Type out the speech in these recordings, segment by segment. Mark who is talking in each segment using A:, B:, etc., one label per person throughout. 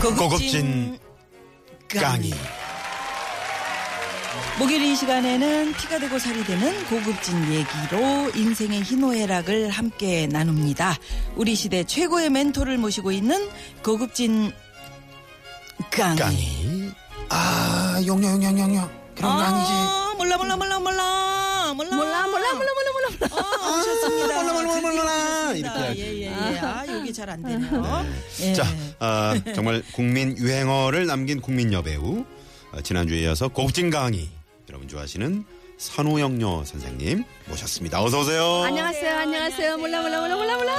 A: 고급진 강의.
B: 목요일 이 시간에는 피가 되고 살이 되는 고급진 얘기로 인생의 희노애락을 함께 나눕니다. 우리 시대 최고의 멘토를 모시고 있는 고급진 강의.
A: 강의. 아, 용녀, 용녀, 용녀. 그런 거 아니지.
B: 아, 몰라 몰라 몰라 몰라 몰라 몰라 몰라 몰라 몰라 몰라 아, 오셨습니다.
A: 몰라, 몰라, 몰라, 몰라. 이렇게 해야지.
B: 예예예. 아 여기 잘 안 되네요. 예.
A: 자, 아, 정말 국민 유행어를 남긴 국민 여배우. 아, 지난주에 이어서 고급진 강의. 여러분 좋아하시는 선우영녀 선생님 모셨습니다. 어서오세요.
C: 안녕하세요, 안녕하세요. 몰라, 몰라, 몰라, 몰라, 몰라.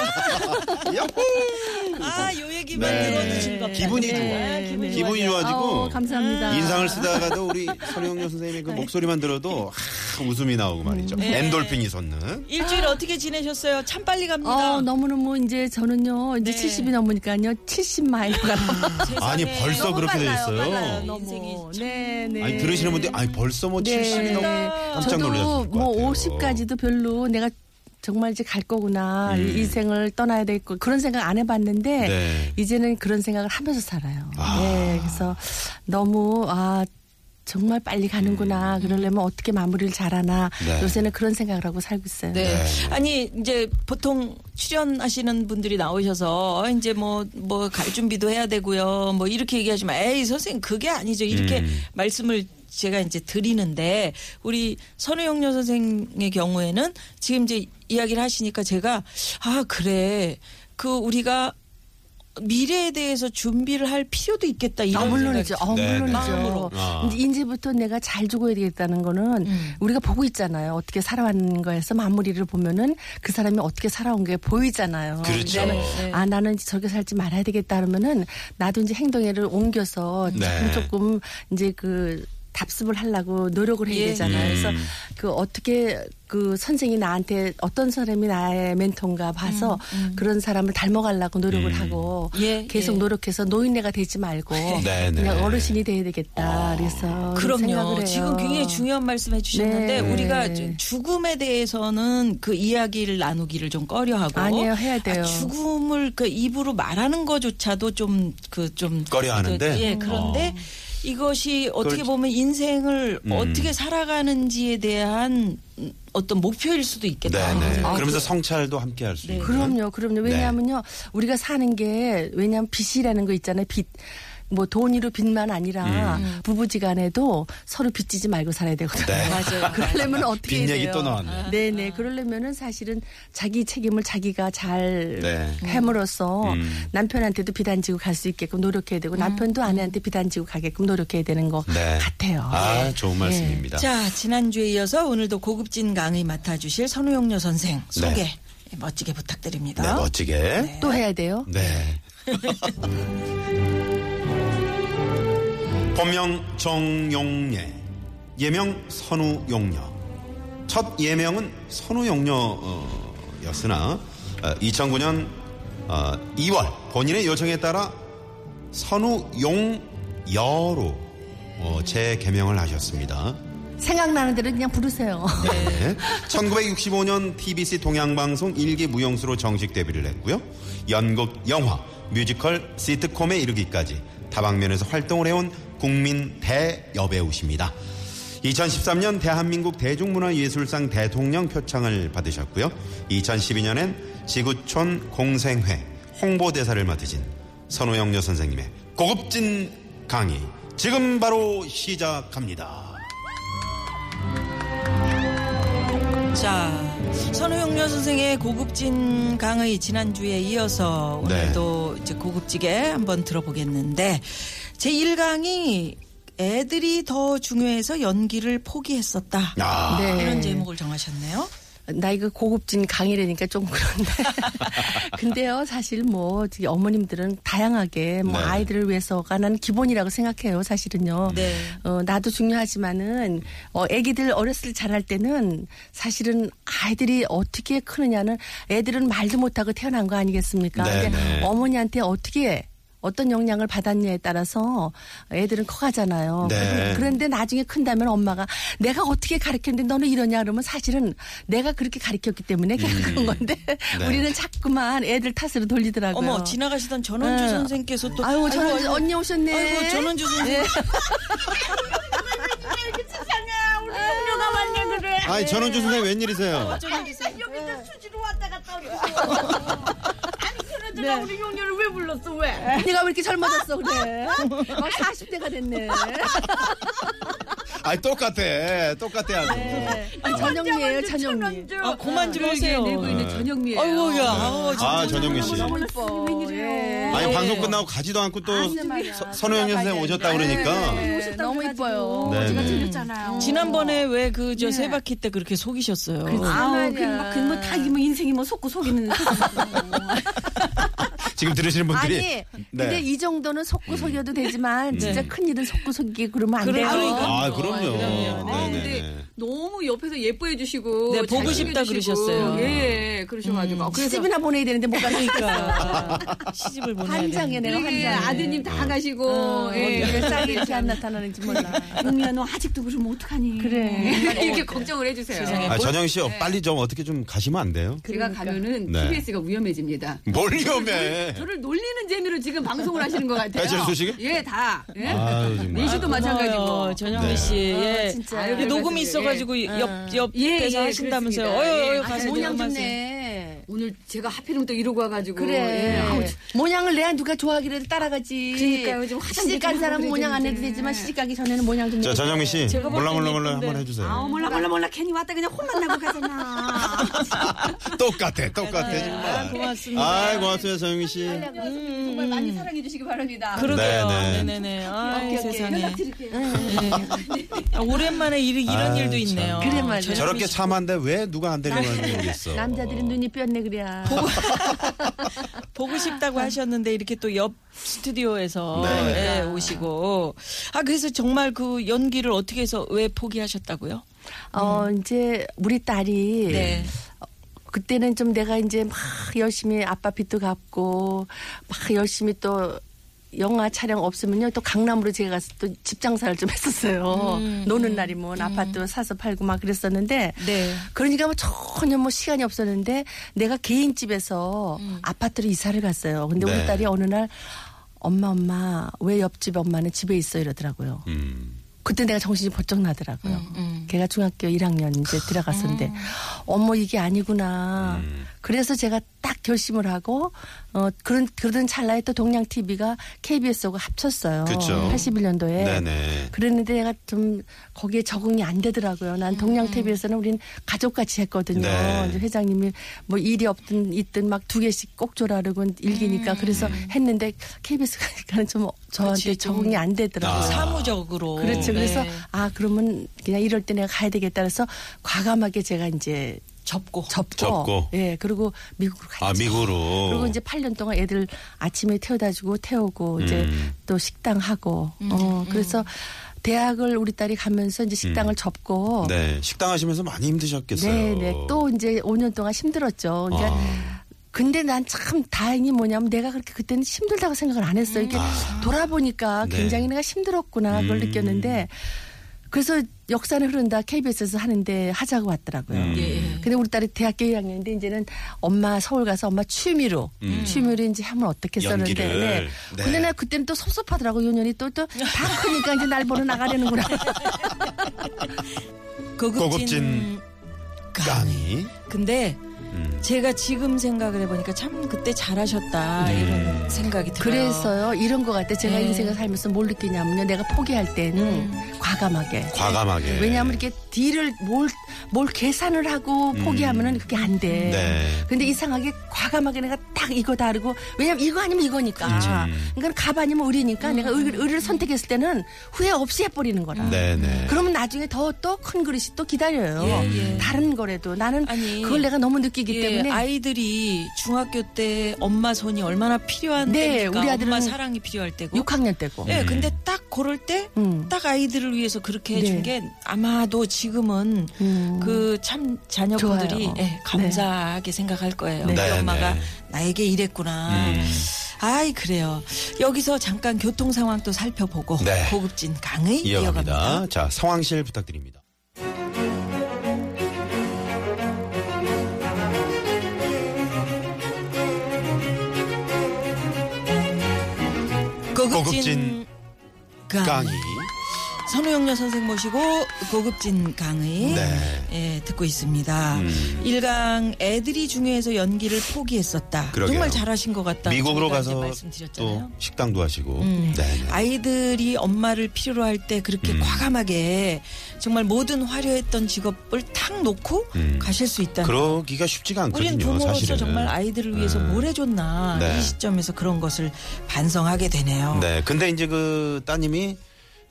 B: 아, 요 얘기만
A: 네.
B: 들어주신 겁니다.
A: 기분이
B: 네,
A: 좋아요.
B: 기분이
A: 기분이
B: 좋아요.
A: 좋아지고 음,
C: 아우, 어, 감사합니다.
A: 인상을 쓰다가도 우리 선우영녀 선생님의 그 목소리만 들어도 하, 웃음이 나오고 말이죠. 엔돌핀이 솟는.
B: 일주일 어떻게 지내셨어요? 참 빨리 갑니다.
C: 어, 너무너무 이제 저는요, 이제
B: 네.
C: 70이 넘으니까요, 70마일가
A: 아니, 벌써 그렇게 돼 있어요.
B: 인생이
C: 너무.
B: 참-
C: 네, 네.
A: 아니 들으시는 분들이 아니 벌써 뭐 70이 넘 깜짝
C: 저도
A: 놀라셨을 것
C: 뭐
A: 같아요.
C: 50까지도 별로 내가 정말 이제 갈 거구나. 이 인생을 떠나야 될 거. 그런 생각 안 해봤는데,
A: 음. 네.
C: 이제는 그런 생각을 하면서 살아요.
A: 아.
C: 네. 그래서 너무, 아, 정말 빨리 가는구나. 그러려면 어떻게 마무리를 잘하나.
A: 음. 네.
C: 요새는 그런 생각을 하고 살고 있어요.
B: 네.
A: 네.
B: 아니 이제 보통 출연하시는 분들이 나오셔서 어, 이제 뭐 뭐 갈 준비도 해야 되고요. 뭐 이렇게 얘기하시면 에이 선생님 그게 아니죠. 이렇게
A: 음.
B: 말씀을 제가 이제 드리는데 우리 선우영녀 선생의 경우에는 지금 이제 이야기를 하시니까 제가 아 그래 그 우리가 미래에 대해서 준비를 할 필요도 있겠다 이런
C: 아,
B: 생각이
C: 물론이죠. 어,
A: 네, 네.
C: 물론이죠.
B: 마음으로.
A: 아.
C: 근데 이제부터 내가 잘 죽어야 되겠다는 거는 우리가 보고 있잖아요. 어떻게 살아왔는 거에서 마무리를 보면은 그 사람이 어떻게 살아온 게 보이잖아요.
A: 그렇죠.
C: 나는, 아, 나는 이제 저렇게 살지 말아야 되겠다 그러면은 나도 이제 행동에를 옮겨서
A: 네.
C: 조금 조금 이제 그 답습을 하려고 노력을 해야
B: 예.
C: 되잖아요. 그래서
A: 음.
C: 그 어떻게 그 선생이 나한테 어떤 사람이 나의 멘토인가 봐서 그런 사람을 닮아가려고 노력을
A: 음.
C: 하고
B: 예,
C: 계속
B: 예.
C: 노력해서 노인네가 되지 말고
A: 네, 네.
C: 그냥 어르신이 돼야 되겠다. 그래서 생각을
B: 그럼요.
C: 해요.
B: 지금 굉장히 중요한 말씀 해주셨는데
C: 네.
B: 우리가 좀 죽음에 대해서는 그 이야기를 나누기를 좀 꺼려하고
C: 아니에요, 해야 돼요.
B: 아, 죽음을 그 입으로 말하는 거조차도 좀 그 좀
A: 꺼려하는데? 어.
B: 그, 예 그런데 이것이 어떻게
A: 그걸-
B: 보면 인생을
A: 음.
B: 어떻게 살아가는지에 대한 음, 어떤 목표일 수도 있겠다. 어,
A: 네네.
C: 아, 네.
A: 그러면서 성찰도 함께 할 수 있는.
C: 그럼요, 그럼요.
A: 네.
C: 왜냐하면요, 우리가 사는 게 왜냐하면 빚이라는 거 있잖아요. 빚. 뭐 돈으로 빚만 아니라 부부지간에도 서로 빚지지 말고 살아야 되거든요.
A: 음. 네.
B: 맞아요.
C: 그러려면 어떻게
A: 빈
C: 해야
A: 얘기
C: 돼요? 아.
A: 또 나왔네.
C: 네네. 그러려면은 사실은 자기 책임을 자기가 잘
A: 네.
C: 함으로써
A: 음.
C: 남편한테도 비단지고 갈 수 있게끔 노력해야 되고 남편도 아내한테 비단지고 가게끔 노력해야 되는 것
A: 네.
C: 같아요. 네.
A: 아 좋은 말씀입니다.
B: 자 지난주에 이어서 오늘도 고급진 강의 맡아주실 선우영료 선생 소개 멋지게 부탁드립니다.
A: 네 멋지게. 네.
C: 또 해야 돼요?
B: 음.
A: 본명 정용예, 예명 선우용녀. 첫 예명은 선우용녀였으나 어, 2009년 2월 본인의 요청에 따라 선우용여로 어, 재개명을 하셨습니다.
C: 생각나는 대로 그냥 부르세요.
A: 네. 1965년 TBC 동양방송 일기 무용수로 정식 데뷔를 했고요. 연극, 영화, 뮤지컬, 시트콤에 이르기까지 다방면에서 활동을 해온 국민 대여배우십니다. 2013년 대한민국 대중문화예술상 대통령 표창을 받으셨고요. 2012년엔 지구촌 공생회 홍보대사를 맡으신 선우영녀 선생님의 고급진 강의 지금 바로 시작합니다.
B: 자, 선우용료 선생의 고급진 강의 지난주에 이어서
A: 네.
B: 오늘도 이제 고급지게 한번 들어보겠는데 제1강이 애들이 더 중요해서 연기를 포기했었다.
A: 아,
C: 네.
B: 이런 제목을 정하셨네요.
C: 나이가 그 고급진 강의라니까 좀 그런데. 근데요, 사실 뭐, 저기 어머님들은 다양하게 뭐
A: 네.
C: 아이들을 위해서가 난 기본이라고 생각해요, 사실은요.
B: 네.
C: 어, 나도 중요하지만은, 어, 애기들 어렸을 때 자랄 때는 사실은 아이들이 어떻게 크느냐는 애들은 말도 못하고 태어난 거 아니겠습니까?
A: 네,
C: 근데
A: 네.
C: 어머니한테 어떻게 어떤 영향을 받았냐에 따라서 애들은 커가잖아요.
A: 네.
C: 그런 근데 나중에 큰다면 엄마가 내가 어떻게 가르쳤는데 너는 이러냐 그러면 사실은 내가 그렇게 가르쳤기 때문에 계속 그런 건데
A: 음. 네.
C: 우리는 자꾸만 애들 탓으로 돌리더라고요.
B: 어머 지나가시던 전원주
C: 네.
B: 선생께서 또
C: 아유, 전원주
B: 아이고,
C: 언니 오셨네.
B: 아이고 전원주 선생.
A: 아니 전원주 선생 님 웬일이세요?
D: 여기서 수지로 왔다 갔다 오고. 아니
C: 네.
D: 그러다가 우리 용녀를 왜 불렀어 왜?
C: 언니가 왜 이렇게 젊어졌어 그래. 막 40대가 됐네.
A: 아니 똑같아, 똑같아. 아주.
C: 전영미예요 전영미.
D: 천원주.
B: 아 그만 좀 하세요.
C: 늘고 있는
E: 네.
A: 네.
C: 전영미예요.
B: 아이고 야 아우,
A: 아 전영미 씨.
C: 어, 너무 예뻐. 예.
A: 아니 방송 끝나고 가지도 않고 또
E: 네.
A: 서- 선호영 선생 오셨다 그러니까.
C: 네, 너무 예뻐요.
A: 네, 네.
B: 지난번에 왜 그 저 세 바퀴 때 그렇게 속이셨어요.
D: 아우 그막그뭐다 뭐 인생이 뭐 속고 속이는.
A: 지금 들으시는 분들이
C: 아니, 근데
A: 네.
C: 이 정도는 속고 속여도 되지만 진짜 큰일은 속고 속이게 그러면 안 돼요.
B: 그러니까.
A: 아 그럼요.
D: 아,
A: 네, 네,
D: 근데
A: 네.
D: 너무 옆에서 예뻐해 주시고
B: 네, 보고 싶다 그러셨어요.
D: 예, 그러셔가지고 아, 그래서
C: 시집이나 보내야 되는데 못 가니까.
B: 시집을 보내야
C: 한 장에 내가 한
D: 되게
C: 장.
D: 예, 아드님 다
C: 어.
D: 가시고 예.
C: 왜 싸게 이렇게 안 나타나는지 몰라.
D: 용미야 너 아직도 그러면 어떡하니?
C: 그래.
D: 이렇게 걱정을 해주세요.
A: 아, 전영 씨 빨리 좀 어떻게 좀 가시면 안 돼요?
D: 제가 가면은
A: 네.
D: TBS가 위험해집니다.
A: 뭘 위험해?
D: 저를 놀리는 재미로 지금 방송을 하시는 것 같아요.
A: 배철수 씨가?
D: 예, 다. 예?
A: 아유, 정말.
D: 내시도 마찬가지고.
B: 고마워요, 어, 전영미
A: 네.
B: 씨. 예.
C: 진짜.
B: 이게
D: 아유,
B: 녹음이
D: 그래가지고,
B: 있어가지고 옆,
D: 예,
B: 옆에서
D: 예,
B: 하신다면서요.
D: 그렇습니다.
B: 어여,
D: 예.
B: 어여,
D: 아,
B: 가서
C: 모양
B: 녹음하세요.
C: 좋네.
D: 오늘 제가 하필이면 또 이러고 와가지고.
C: 그래.
D: 예. 아우, 참.
C: 모양을 내야 누가 좋아하기라도 따라가지.
D: 그러니까요, 좀 화장도
C: 시집 간
D: 좀
C: 사람은
D: 하고
C: 모양 안 해도
D: 그러겠네.
C: 되지만 시집 가기 전에는 모양 좀.
A: 자
C: 내고.
A: 전영미 씨
B: 제가 볼
A: 몰라 몰라
B: 때는
A: 몰라 한번
B: 예쁜데.
A: 해주세요.
D: 아우, 몰라, 몰라, 몰라. 괜히 왔다 그냥 혼만 나고 가잖아.
A: 똑같아, 똑같아
B: 아,
A: 정말.
B: 고맙습니다.
A: 아 고맙습니다 전영미 씨.
D: 정말 많이 사랑해주시기 바랍니다.
B: 아, 그러게요.
A: 네, 네.
B: 네네. 네 아이, 세상에.
D: 연락드릴게요.
B: 아, 오랜만에 이, 이런
A: 아,
B: 일도
A: 참.
B: 있네요.
C: 그래 말이야.
A: 저렇게 참한데 왜 누가 안 데려가는 모르겠어.
C: 남자들은 눈이 뼈네 그래야.
B: 보고 싶다고 하셨는데 이렇게 또 옆 스튜디오에서
A: 네.
B: 예, 오시고 아 그래서 정말 그 연기를 어떻게 해서 왜 포기하셨다고요?
C: 어 이제 우리 딸이
B: 네.
C: 그때는 좀 내가 이제 막 열심히 아빠 빚도 갚고 막 열심히 또 영화 촬영 없으면요 또 강남으로 제가 가서 또 집 장사를 좀 했었어요. 노는 날이면 뭐 아파트 사서 팔고 막 그랬었는데
B: 네.
C: 그러니까 뭐 전혀 뭐 시간이 없었는데 내가 개인 집에서 아파트로 이사를 갔어요. 근데
A: 네.
C: 우리 딸이 어느 날 엄마 엄마 왜 옆집 엄마는 집에 있어 이러더라고요.
A: 음.
C: 그때 내가 정신이 번쩍 나더라고요. 걔가 중학교 1학년 이제 들어갔었는데, 어머 이게 아니구나.
A: 음.
C: 그래서 제가 딱 결심을 하고 어 그런 그러던 찰나에 또 동양 TV가 KBS하고 합쳤어요.
A: 그쵸.
C: 81년도에.
A: 네네.
C: 그랬는데 내가 좀 거기에 적응이 안 되더라고요. 난 동양 TV에서는 우린 가족같이 했거든요.
A: 네.
C: 이제 회장님이 뭐 일이 없든 있든 막 두 개씩 꼭 줘라 그러고 일기니까 그래서
A: 음.
C: 했는데 KBS 가니까는 좀 저한테
B: 그치, 좀.
C: 적응이 안 되더라고요.
A: 아.
B: 사무적으로.
C: 그렇죠. 그래서
B: 네.
C: 아 그러면 그냥 이럴 때 내가 가야 되겠다 그래서 과감하게 제가 이제
B: 접고.
C: 접고,
A: 접고.
C: 예 그리고 미국으로 갔죠.
A: 아 미국으로.
C: 그리고 이제 8년 동안 애들 아침에 태워다 주고 태우고 이제
A: 음.
C: 또 식당 하고
B: 음,
C: 어 그래서 대학을 우리 딸이 가면서 이제 식당을
A: 음.
C: 접고
B: 어.
A: 네 식당 하시면서 많이 힘드셨겠어요.
C: 네네 또 이제 5년 동안 힘들었죠. 그러니까
A: 아.
C: 근데 난 참 다행히 뭐냐면 내가 그렇게 그때는 힘들다고 생각을 안 했어요. 이렇게
A: 아.
C: 돌아보니까
A: 네.
C: 굉장히 내가 힘들었구나 그걸
A: 음.
C: 느꼈는데 그래서 역사는 흐른다 KBS에서 하는데 하자고 왔더라고요.
A: 음.
C: 근데 우리 딸이 대학교 1학년인데 이제는 엄마 서울 가서 엄마 취미로 취미로 이제 하면 어떻겠었는데
A: 음. 연기를.
C: 네.
A: 네.
C: 근데 나 그때는 또 섭섭하더라고 요년이 또 또 다 크니까 이제 날 보러 나가려는구나.
A: 고급진 깡이.
B: 근데
A: 음.
B: 제가 지금 생각을 해보니까 참 그때 잘하셨다
A: 네.
B: 이런 생각이 들어요.
C: 그래서 이런 것 같아. 제가
B: 네.
C: 인생을 살면서 뭘 느끼냐면요. 내가 포기할 때는 과감하게.
A: 과감하게.
C: 왜냐하면 이렇게 딜을 뭘, 뭘 계산을 하고 포기하면은 그게 안 돼.
A: 음. 네.
C: 근데 이상하게 과감하게 내가 딱 이거 다르고 왜냐면 이거 아니면 이거니까. 그러니까 갑 아니면 을이니까 내가
B: 음.
C: 을, 을을 선택했을 때는 후회 없이 해버리는 거라.
A: 네네.
C: 그러면 나중에 더 또 큰 그릇이 또 기다려요. 다른 거라도 나는
B: 예. 아니,
C: 그걸 내가 너무 느끼기
B: 예,
C: 때문에
B: 아이들이 중학교 때 엄마 손이 얼마나 필요한
C: 네,
B: 때니까
C: 우리 아들은
B: 엄마 사랑이 필요할 때고.
C: 6학년 때고.
A: 네.
B: 예, 근데 딱 그럴 때 딱
C: 음.
B: 아이들을 위해서 그렇게 해준
C: 네.
B: 게 아마도 지금은
C: 음.
B: 그 참 자녀분들이
C: 좋아요.
B: 예, 감사하게 생각할 거예요.
A: 네.
B: 우리
A: 네,
B: 엄마가
A: 네.
B: 나에게 이랬구나.
A: 음.
B: 아이 그래요. 여기서 잠깐 교통 상황 또 살펴보고
A: 네.
B: 고급진 강의
A: 이어갑니다.
B: 이어갑니다.
A: 자, 상황실 부탁드립니다.
B: 고급진,
A: 고급진
B: 강의.
A: 강의.
B: 선우영녀 선생 모시고 고급진 강의
A: 네.
B: 예, 듣고 있습니다.
A: 음.
B: 일 1강 애들이 중요해서 연기를 포기했었다.
A: 그러게요.
B: 정말 잘하신 것 같다.
A: 미국으로
B: 저희가 이제
A: 가서 또
B: 말씀드렸잖아요.
A: 식당도 하시고.
B: 음.
A: 네네.
B: 아이들이 엄마를 필요로 할 때 그렇게
A: 음.
B: 과감하게 정말 모든 화려했던 직업을 탁 놓고
A: 음.
B: 가실 수 있다는
A: 그러기가 쉽지가
B: 우리는
A: 않거든요.
B: 부모로서
A: 사실은.
B: 정말 아이들을 위해서
A: 음.
B: 뭘 해줬나
A: 네.
B: 이 시점에서 그런 것을 반성하게 되네요.
A: 네. 근데 이제 그 따님이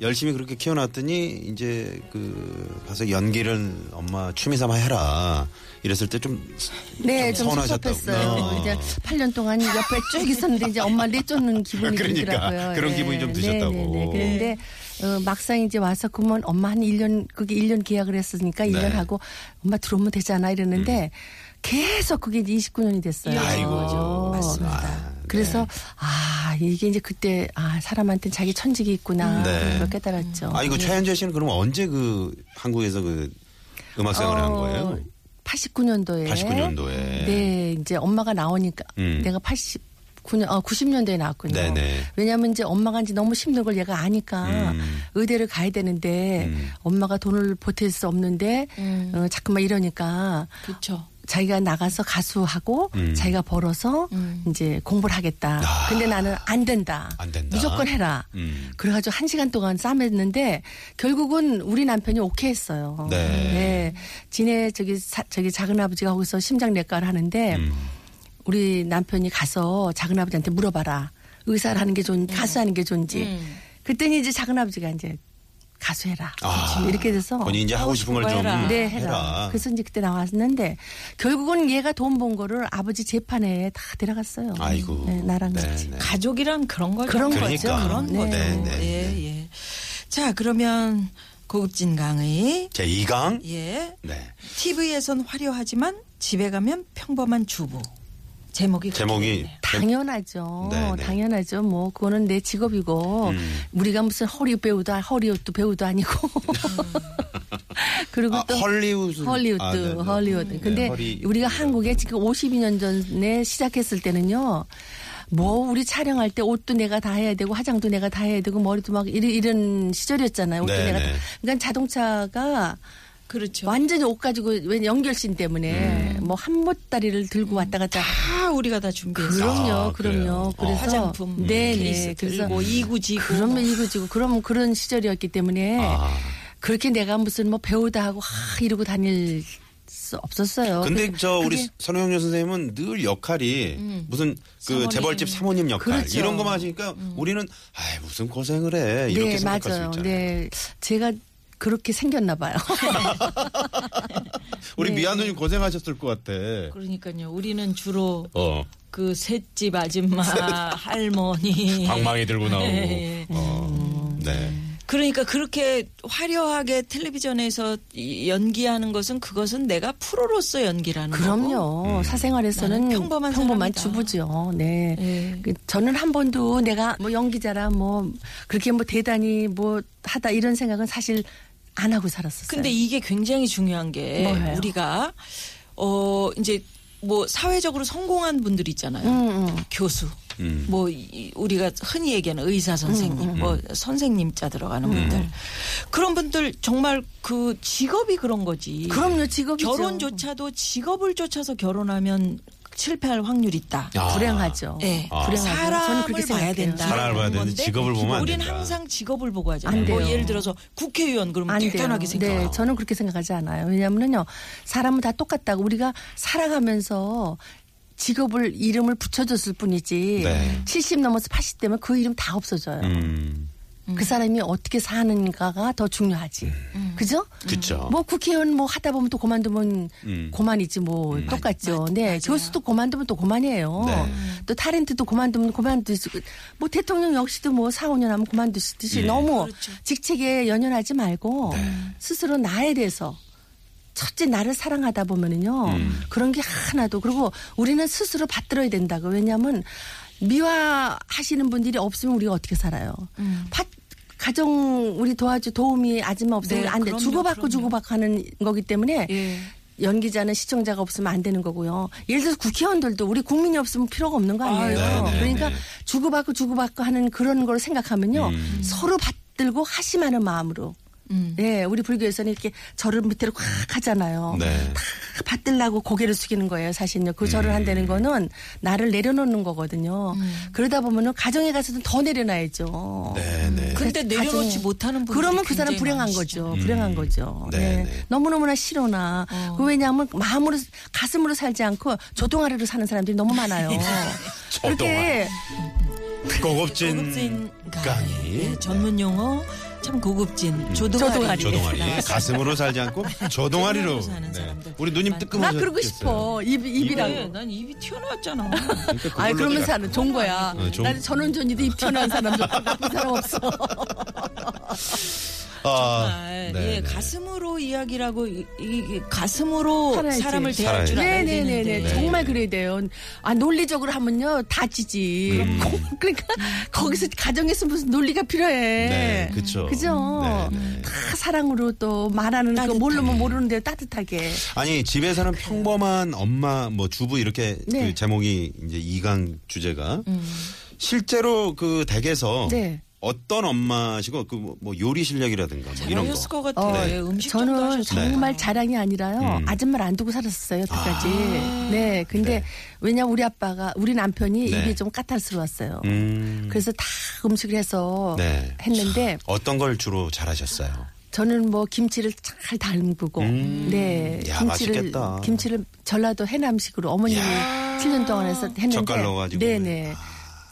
A: 열심히 그렇게 키워놨더니 이제 그 가서 연기를 엄마 취미삼아 해라 이랬을 때 좀
C: 네,
A: 좀
C: 좀
A: 서운하셨다고.
C: 섭섭했어요. 뭐
A: 어.
C: 이제 8년 동안 옆에 쭉 있었는데 이제 엄마 내쫓는 기분이
A: 그러니까,
C: 들더라고요.
A: 그런 기분이 좀 드셨다고.
C: 네네네. 그런데 어, 막상 이제 와서 그러면 엄마 한 1년 그게 1년 계약을 했으니까 1년
A: 네. 음.
C: 하고 엄마 들어오면 되잖아 이랬는데 계속 그게 이제 29년이 됐어요.
A: 아이고
B: 네, 맞습니다.
A: 아, 네.
C: 그래서 아 이게 이제 그때 아 사람한테 자기 천직이 있구나
A: 네.
C: 그런 걸 깨달았죠.
A: 아이고 최현재 씨는 그럼 언제 그 한국에서 그 음악 생활을 한 거예요?
C: 89년도에.
A: 89년도에.
C: 어, 네, 이제 엄마가 나오니까
A: 음.
C: 내가 89년, 어, 90년도에 나왔군요.
A: 네네.
C: 왜냐하면 이제 엄마가 이제 너무 힘든 걸 얘가 아니까
A: 음.
C: 의대를 가야 되는데
A: 음.
C: 엄마가 돈을 보탤 수 없는데 어, 자꾸만 이러니까
B: 그렇죠.
C: 자기가 나가서 가수하고
A: 음.
C: 자기가 벌어서 이제 공부를 하겠다.
A: 아.
C: 근데 나는 안 된다.
A: 안 된다.
C: 무조건 해라.
A: 음.
C: 그래가지고 한 시간 동안 싸맸는데 결국은 우리 남편이 오케이 했어요.
A: 네.
C: 진해 저기 사- 저기 작은 아버지가 거기서 심장내과를 하는데
A: 음.
C: 우리 남편이 가서 작은 아버지한테 물어봐라. 의사를 하는 게 좋은지 가수 하는 게 좋은지. 그랬더니 이제 작은 아버지가 이제 가수 해라.
A: 아.
C: 이렇게 돼서
A: 본인 이제 하고 싶은 걸 좀 해라.
B: 해라.
C: 네, 해라. 그래서 이제 그때 나왔는데 결국은 얘가 돈 번 거를 아버지 재판에 다 데려갔어요.
A: 아이고.
C: 네, 나랑
A: 네,
C: 같이.
A: 네.
B: 가족이란 그런 거죠.
C: 그런
A: 거죠. 그러니까.
B: 그런 거죠.
A: 네, 네,
B: 예,
A: 네.
B: 예. 자, 그러면 고급진 강의.
A: 제 2강.
B: 예.
A: 네.
B: TV에선 화려하지만 집에 가면 평범한 주부. 제목이 그렇게
A: 제목이
B: 됐네요.
C: 당연하죠.
A: 네, 네.
C: 당연하죠. 뭐 그거는 내 직업이고
A: 음.
C: 우리가 무슨 허리 배우도 아니- 허리우드 배우도 아니고 그리고
A: 아,
C: 또
A: 헐리우드.
C: 헐리우드,
A: 아, 네, 네.
C: 헐리우드. 근데
A: 네, 허리-
C: 우리가 한국에 지금 52년 전에 시작했을 때는요. 뭐 우리 촬영할 때 옷도 내가 다 해야 되고 화장도 내가 다 해야 되고 머리도 막 이런, 이런 시절이었잖아요. 옷도
A: 네,
C: 내가
A: 네.
C: 다. 그러니까 자동차가
B: 그렇죠.
C: 완전히 옷 가지고 왜 연결신
A: 음.
C: 때문에 뭐 한보따리를 들고 왔다 갔다
B: 다 우리가 다 음, 준비했어. 요
C: 그럼요,
A: 아, 그래요.
C: 그럼요.
A: 어.
C: 그래서
B: 화장품,
C: 네네.
B: 케이스
C: 그래서
B: 들고 이구지구.
C: 그러면 이거지고 그럼 그런 시절이었기 때문에
A: 아.
C: 그렇게 내가 무슨 뭐 배우다 하고 하 이러고 다닐 수 없었어요.
A: 근데
C: 그-
A: 저 우리
C: 그게- 음.
A: 선영료 선생님은 늘 역할이 무슨 그
B: 사모님.
A: 재벌집 사모님 역할
C: 그렇죠.
A: 이런 거만 하시니까 우리는 아이 무슨 고생을 해 이렇게
C: 네
A: 생각할
C: 맞아요.
A: 수 있잖아요.
C: 네 제가 그렇게 생겼나 봐요.
A: 우리 미아누님 고생하셨을 것 같아.
B: 그러니까요. 우리는 주로
A: 어
B: 그 셋집 아줌마, 할머니.
A: 방망이 들고 나오고.
B: 네.
A: 어. 네.
B: 그러니까 그렇게 화려하게 텔레비전에서 이- 연기하는 것은 그것은 내가 프로로서 연기라는 거고.
C: 그럼요. 음. 사생활에서는
B: 나는 평범한 사람이다.
C: 주부죠. 네.
B: 네.
C: 그 저는 한 번도 내가 뭐 연기자라 뭐 그렇게 뭐 대단히 뭐 하다 이런 생각은 사실 안 하고 살았었어요.
B: 근데 이게 굉장히 중요한 게
C: 네. 뭐예요?
B: 우리가 어 이제 뭐 사회적으로 성공한 분들 있잖아요.
C: 음, 음.
B: 교수.
A: 음.
B: 뭐 이- 우리가 흔히 얘기하는 의사 선생님, 뭐 선생님자
A: 음.
B: 들어가는 분들 그런 분들 정말 그 직업이 그런 거지.
C: 그럼요 직업이죠.
B: 결혼조차도
A: 그렇죠.
B: 직업을 쫓아서 결혼하면 실패할 확률이 있다.
A: 아.
C: 불행하죠.
B: 예.
A: 아.
C: 불행하죠. 저는
B: 사람을
C: 그렇게
B: 봐야
C: 생각해요.
B: 된다.
A: 사람을 봐야 되는데
B: 건데
A: 직업을 보면 안
B: 우린
A: 된다.
B: 항상 직업을 보고
C: 안
B: 하잖아요. 뭐
C: 돼요.
B: 예를 들어서 국회의원 그러면
C: 안 돼요.
B: 음, 대단하게 생각하고.
C: 네, 저는 그렇게 생각하지 않아요. 왜냐하면요 사람은 다 똑같다고 우리가 살아가면서 직업을 이름을 붙여줬을 뿐이지
A: 네.
C: 70 넘어서 80 되면 그 이름 다 없어져요.
A: 음.
C: 그 사람이 어떻게 사는가가 더 중요하지.
B: 음.
C: 그죠?
A: 그쵸.
C: 뭐 국회의원 뭐 하다 보면 또 그만두면
A: 그렇죠. 음.
C: 그만이지 뭐 똑같죠. 네. 교수도 그만두면 또 그만이에요.
A: 네.
C: 또 타렌트도 그만두면 그만두시고 뭐 대통령 역시도 뭐 4, 5년 하면 그만두시듯이
A: 예. 네.
C: 너무 직책에 연연하지 말고 스스로 나에 대해서 첫째 나를 사랑하다 보면은요
A: 음.
C: 그런 게 하나도 그리고 우리는 스스로 받들어야 된다고 왜냐하면 미화하시는 분들이 없으면 우리가 어떻게 살아요?
B: 음.
C: 밭- 가정 우리 도와주 도움이 아줌마 없으면
B: 네,
C: 안 돼
B: 그럼요,
C: 주고받고
B: 그럼요.
C: 주고받고 하는 거기 때문에
B: 예.
C: 연기자는 시청자가 없으면 안 되는 거고요. 예를 들어서 국회의원들도 우리 국민이 없으면 필요가 없는 거 아니에요.
A: 아유. 네, 네,
C: 그러니까
A: 네.
C: 주고받고 주고받고 하는 그런 걸 생각하면요.
A: 음.
C: 서로 받들고 하심하는 마음으로. 예, 우리 불교에서는 이렇게 절을 밑으로 꽉 하잖아요.
A: 네.
C: 다 받들라고 고개를 숙이는 거예요, 사실요. 그
A: 음.
C: 절을 한다는 거는 나를 내려놓는 거거든요.
B: 음.
C: 그러다 보면은 가정에 가서는 더 내려놔야죠.
A: 네, 네.
B: 근데 내려놓지
C: 가정-
B: 못하는 분들이
C: 그러면 그 사람
B: 굉장히
C: 불행한
B: 많으시죠.
C: 거죠. 불행한 거죠.
A: 음. 네,
C: 네.
A: 네.
C: 너무너무나 싫어나. 그 왜냐하면 마음으로 가슴으로 살지 않고 조동아리로 사는 사람들이 너무 많아요. 그렇게
A: 고급진
B: 고급진
A: 강의. 네.
B: 강의. 예, 전문 용어 참 고급진
C: 조동아리.
B: 조동아리. 네.
A: 조동아리 가슴으로 살지 않고 조동아리로
B: 조동아리로 사는
A: 네.
B: 사람들.
A: 우리 누님
C: 나
A: 뜨끔하셨겠어요.
C: 그러고 싶어. 입,
B: 예,
C: 입이라고.
B: 난 입이 튀어나왔잖아.
A: 그러니까
C: 아니
A: 그걸로
C: 그러면
A: 제가-
C: 사는 좋은 거야.
A: 어, 좋은-
C: 나는 전원전이도 입 튀어나온 사람 좋고 나쁜 사람 없어.
A: 아,
B: 정말
A: 네,
B: 예,
A: 네.
B: 가슴으로 이야기라고 이, 이- 이 가슴으로
C: 살아야지.
B: 사람을 대할 줄 알아야
C: 네네네네.
B: 되는데.
C: 정말 그래야 돼요. 아, 논리적으로 하면요. 다지지. 그러니까 거기서 가정에서 무슨 논리가 필요해.
A: 네, 그쵸.
C: 그죠?
A: 네, 네.
C: 다 사랑으로 또 말하는 거
B: 따뜻하게.
C: 모르면 모르는 대로 따뜻하게.
A: 아니 집에 사는 평범한 엄마 뭐 주부 이렇게
C: 그 네. 음.
A: 그 제목이 이제 이강 주제가 실제로 그 댁에서
C: 네.
A: 어떤 엄마시고 그 뭐 요리 실력이라든가 뭐 이런
B: 알렸을
A: 거.
B: 것 같아요.
A: 네.
B: 예, 음식점도
C: 저는
B: 하셨어요.
C: 정말 자랑이 아니라요. 아줌마를 안 두고 살았어요, 여태까지. 네. 근데
A: 네.
C: 왜냐 우리 아빠가, 우리 남편이
A: 네.
C: 입이 좀 까탈스러웠어요.
A: 음,
C: 그래서 다 음식을 해서
A: 네.
C: 했는데
A: 어떤 걸 주로 잘하셨어요?
C: 저는 뭐 김치를 잘 담그고 네
A: 음. 야,
C: 김치를
A: 맛있겠다.
C: 김치를 전라도 해남식으로 어머님이 칠 7년 동안 해서 했는데
A: 젓갈 넣어가지고. 아.
C: 네네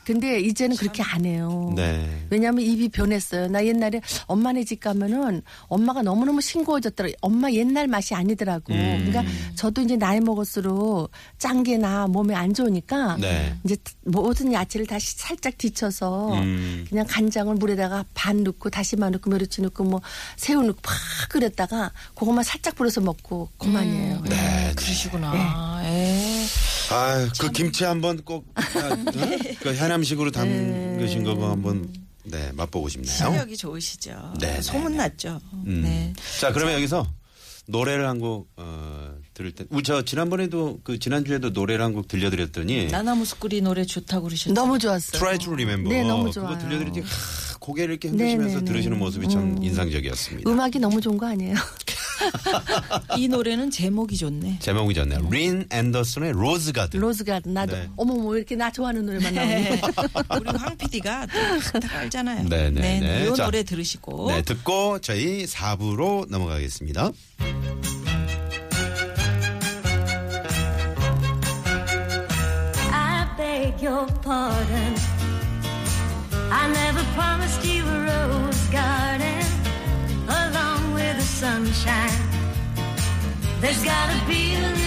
C: 근데 이제는 그렇게 안 해요.
A: 네.
C: 왜냐하면 입이 변했어요. 나 옛날에 엄마네 집 가면은 엄마가 너무너무 싱거워졌더라. 엄마 옛날 맛이 아니더라고.
A: 음.
C: 그러니까 저도 이제 나이 먹을수록 짠 게 나 몸에 안 좋으니까
A: 네.
C: 이제 모든 야채를 다시 살짝 데쳐서
A: 음.
C: 그냥 간장을 물에다가 반 넣고 다시마 넣고 멸치 넣고 뭐 새우 넣고 팍 끓였다가 그것만 살짝 뿌려서 먹고 아, 그만이에요.
B: 네, 그러시구나.
C: 네.
B: 예.
A: 아, 그 김치 한번 꼭 아,
C: 네.
A: 그 해남식으로 담그신 거고 한번 네, 맛보고 싶네요.
B: 실력이 좋으시죠.
A: 네, 네,
B: 소문났죠.
A: 음.
B: 네.
A: 자, 그러면 여기서 노래를 한 곡 어, 들을 때, 우리 저 지난번에도 그 지난주에도 노래를 한 곡 들려드렸더니
B: 나나무스꾸리 노래 좋다고 그러셨죠.
C: 네. 너무 좋았어요.
A: Try to Remember
C: 네, 너무
A: 그거
C: 좋아요.
A: 들려드릴 때 하, 고개를 이렇게
C: 네,
A: 흔드시면서
C: 네, 네.
A: 들으시는 모습이 참 인상적이었습니다.
C: 음악이 너무 좋은 거 아니에요?
B: 이 노래는 제목이 좋네.
A: 제목이 좋네요. 린 앤더슨의 로즈 가든.
C: 로즈가 나도
A: 네.
C: 어머 뭐 이렇게 나 좋아하는 노래만 나오네.
B: 네. 우리 황 PD가 딱 알잖아요.
A: 네, 네, 네.
B: 이
A: 자.
B: 노래
C: 어?
B: 들으시고
A: 네, 듣고 저희 4부로 넘어가겠습니다.
F: I beg your pardon. I never promised you a rose garden along with the sunshine. There's gotta be a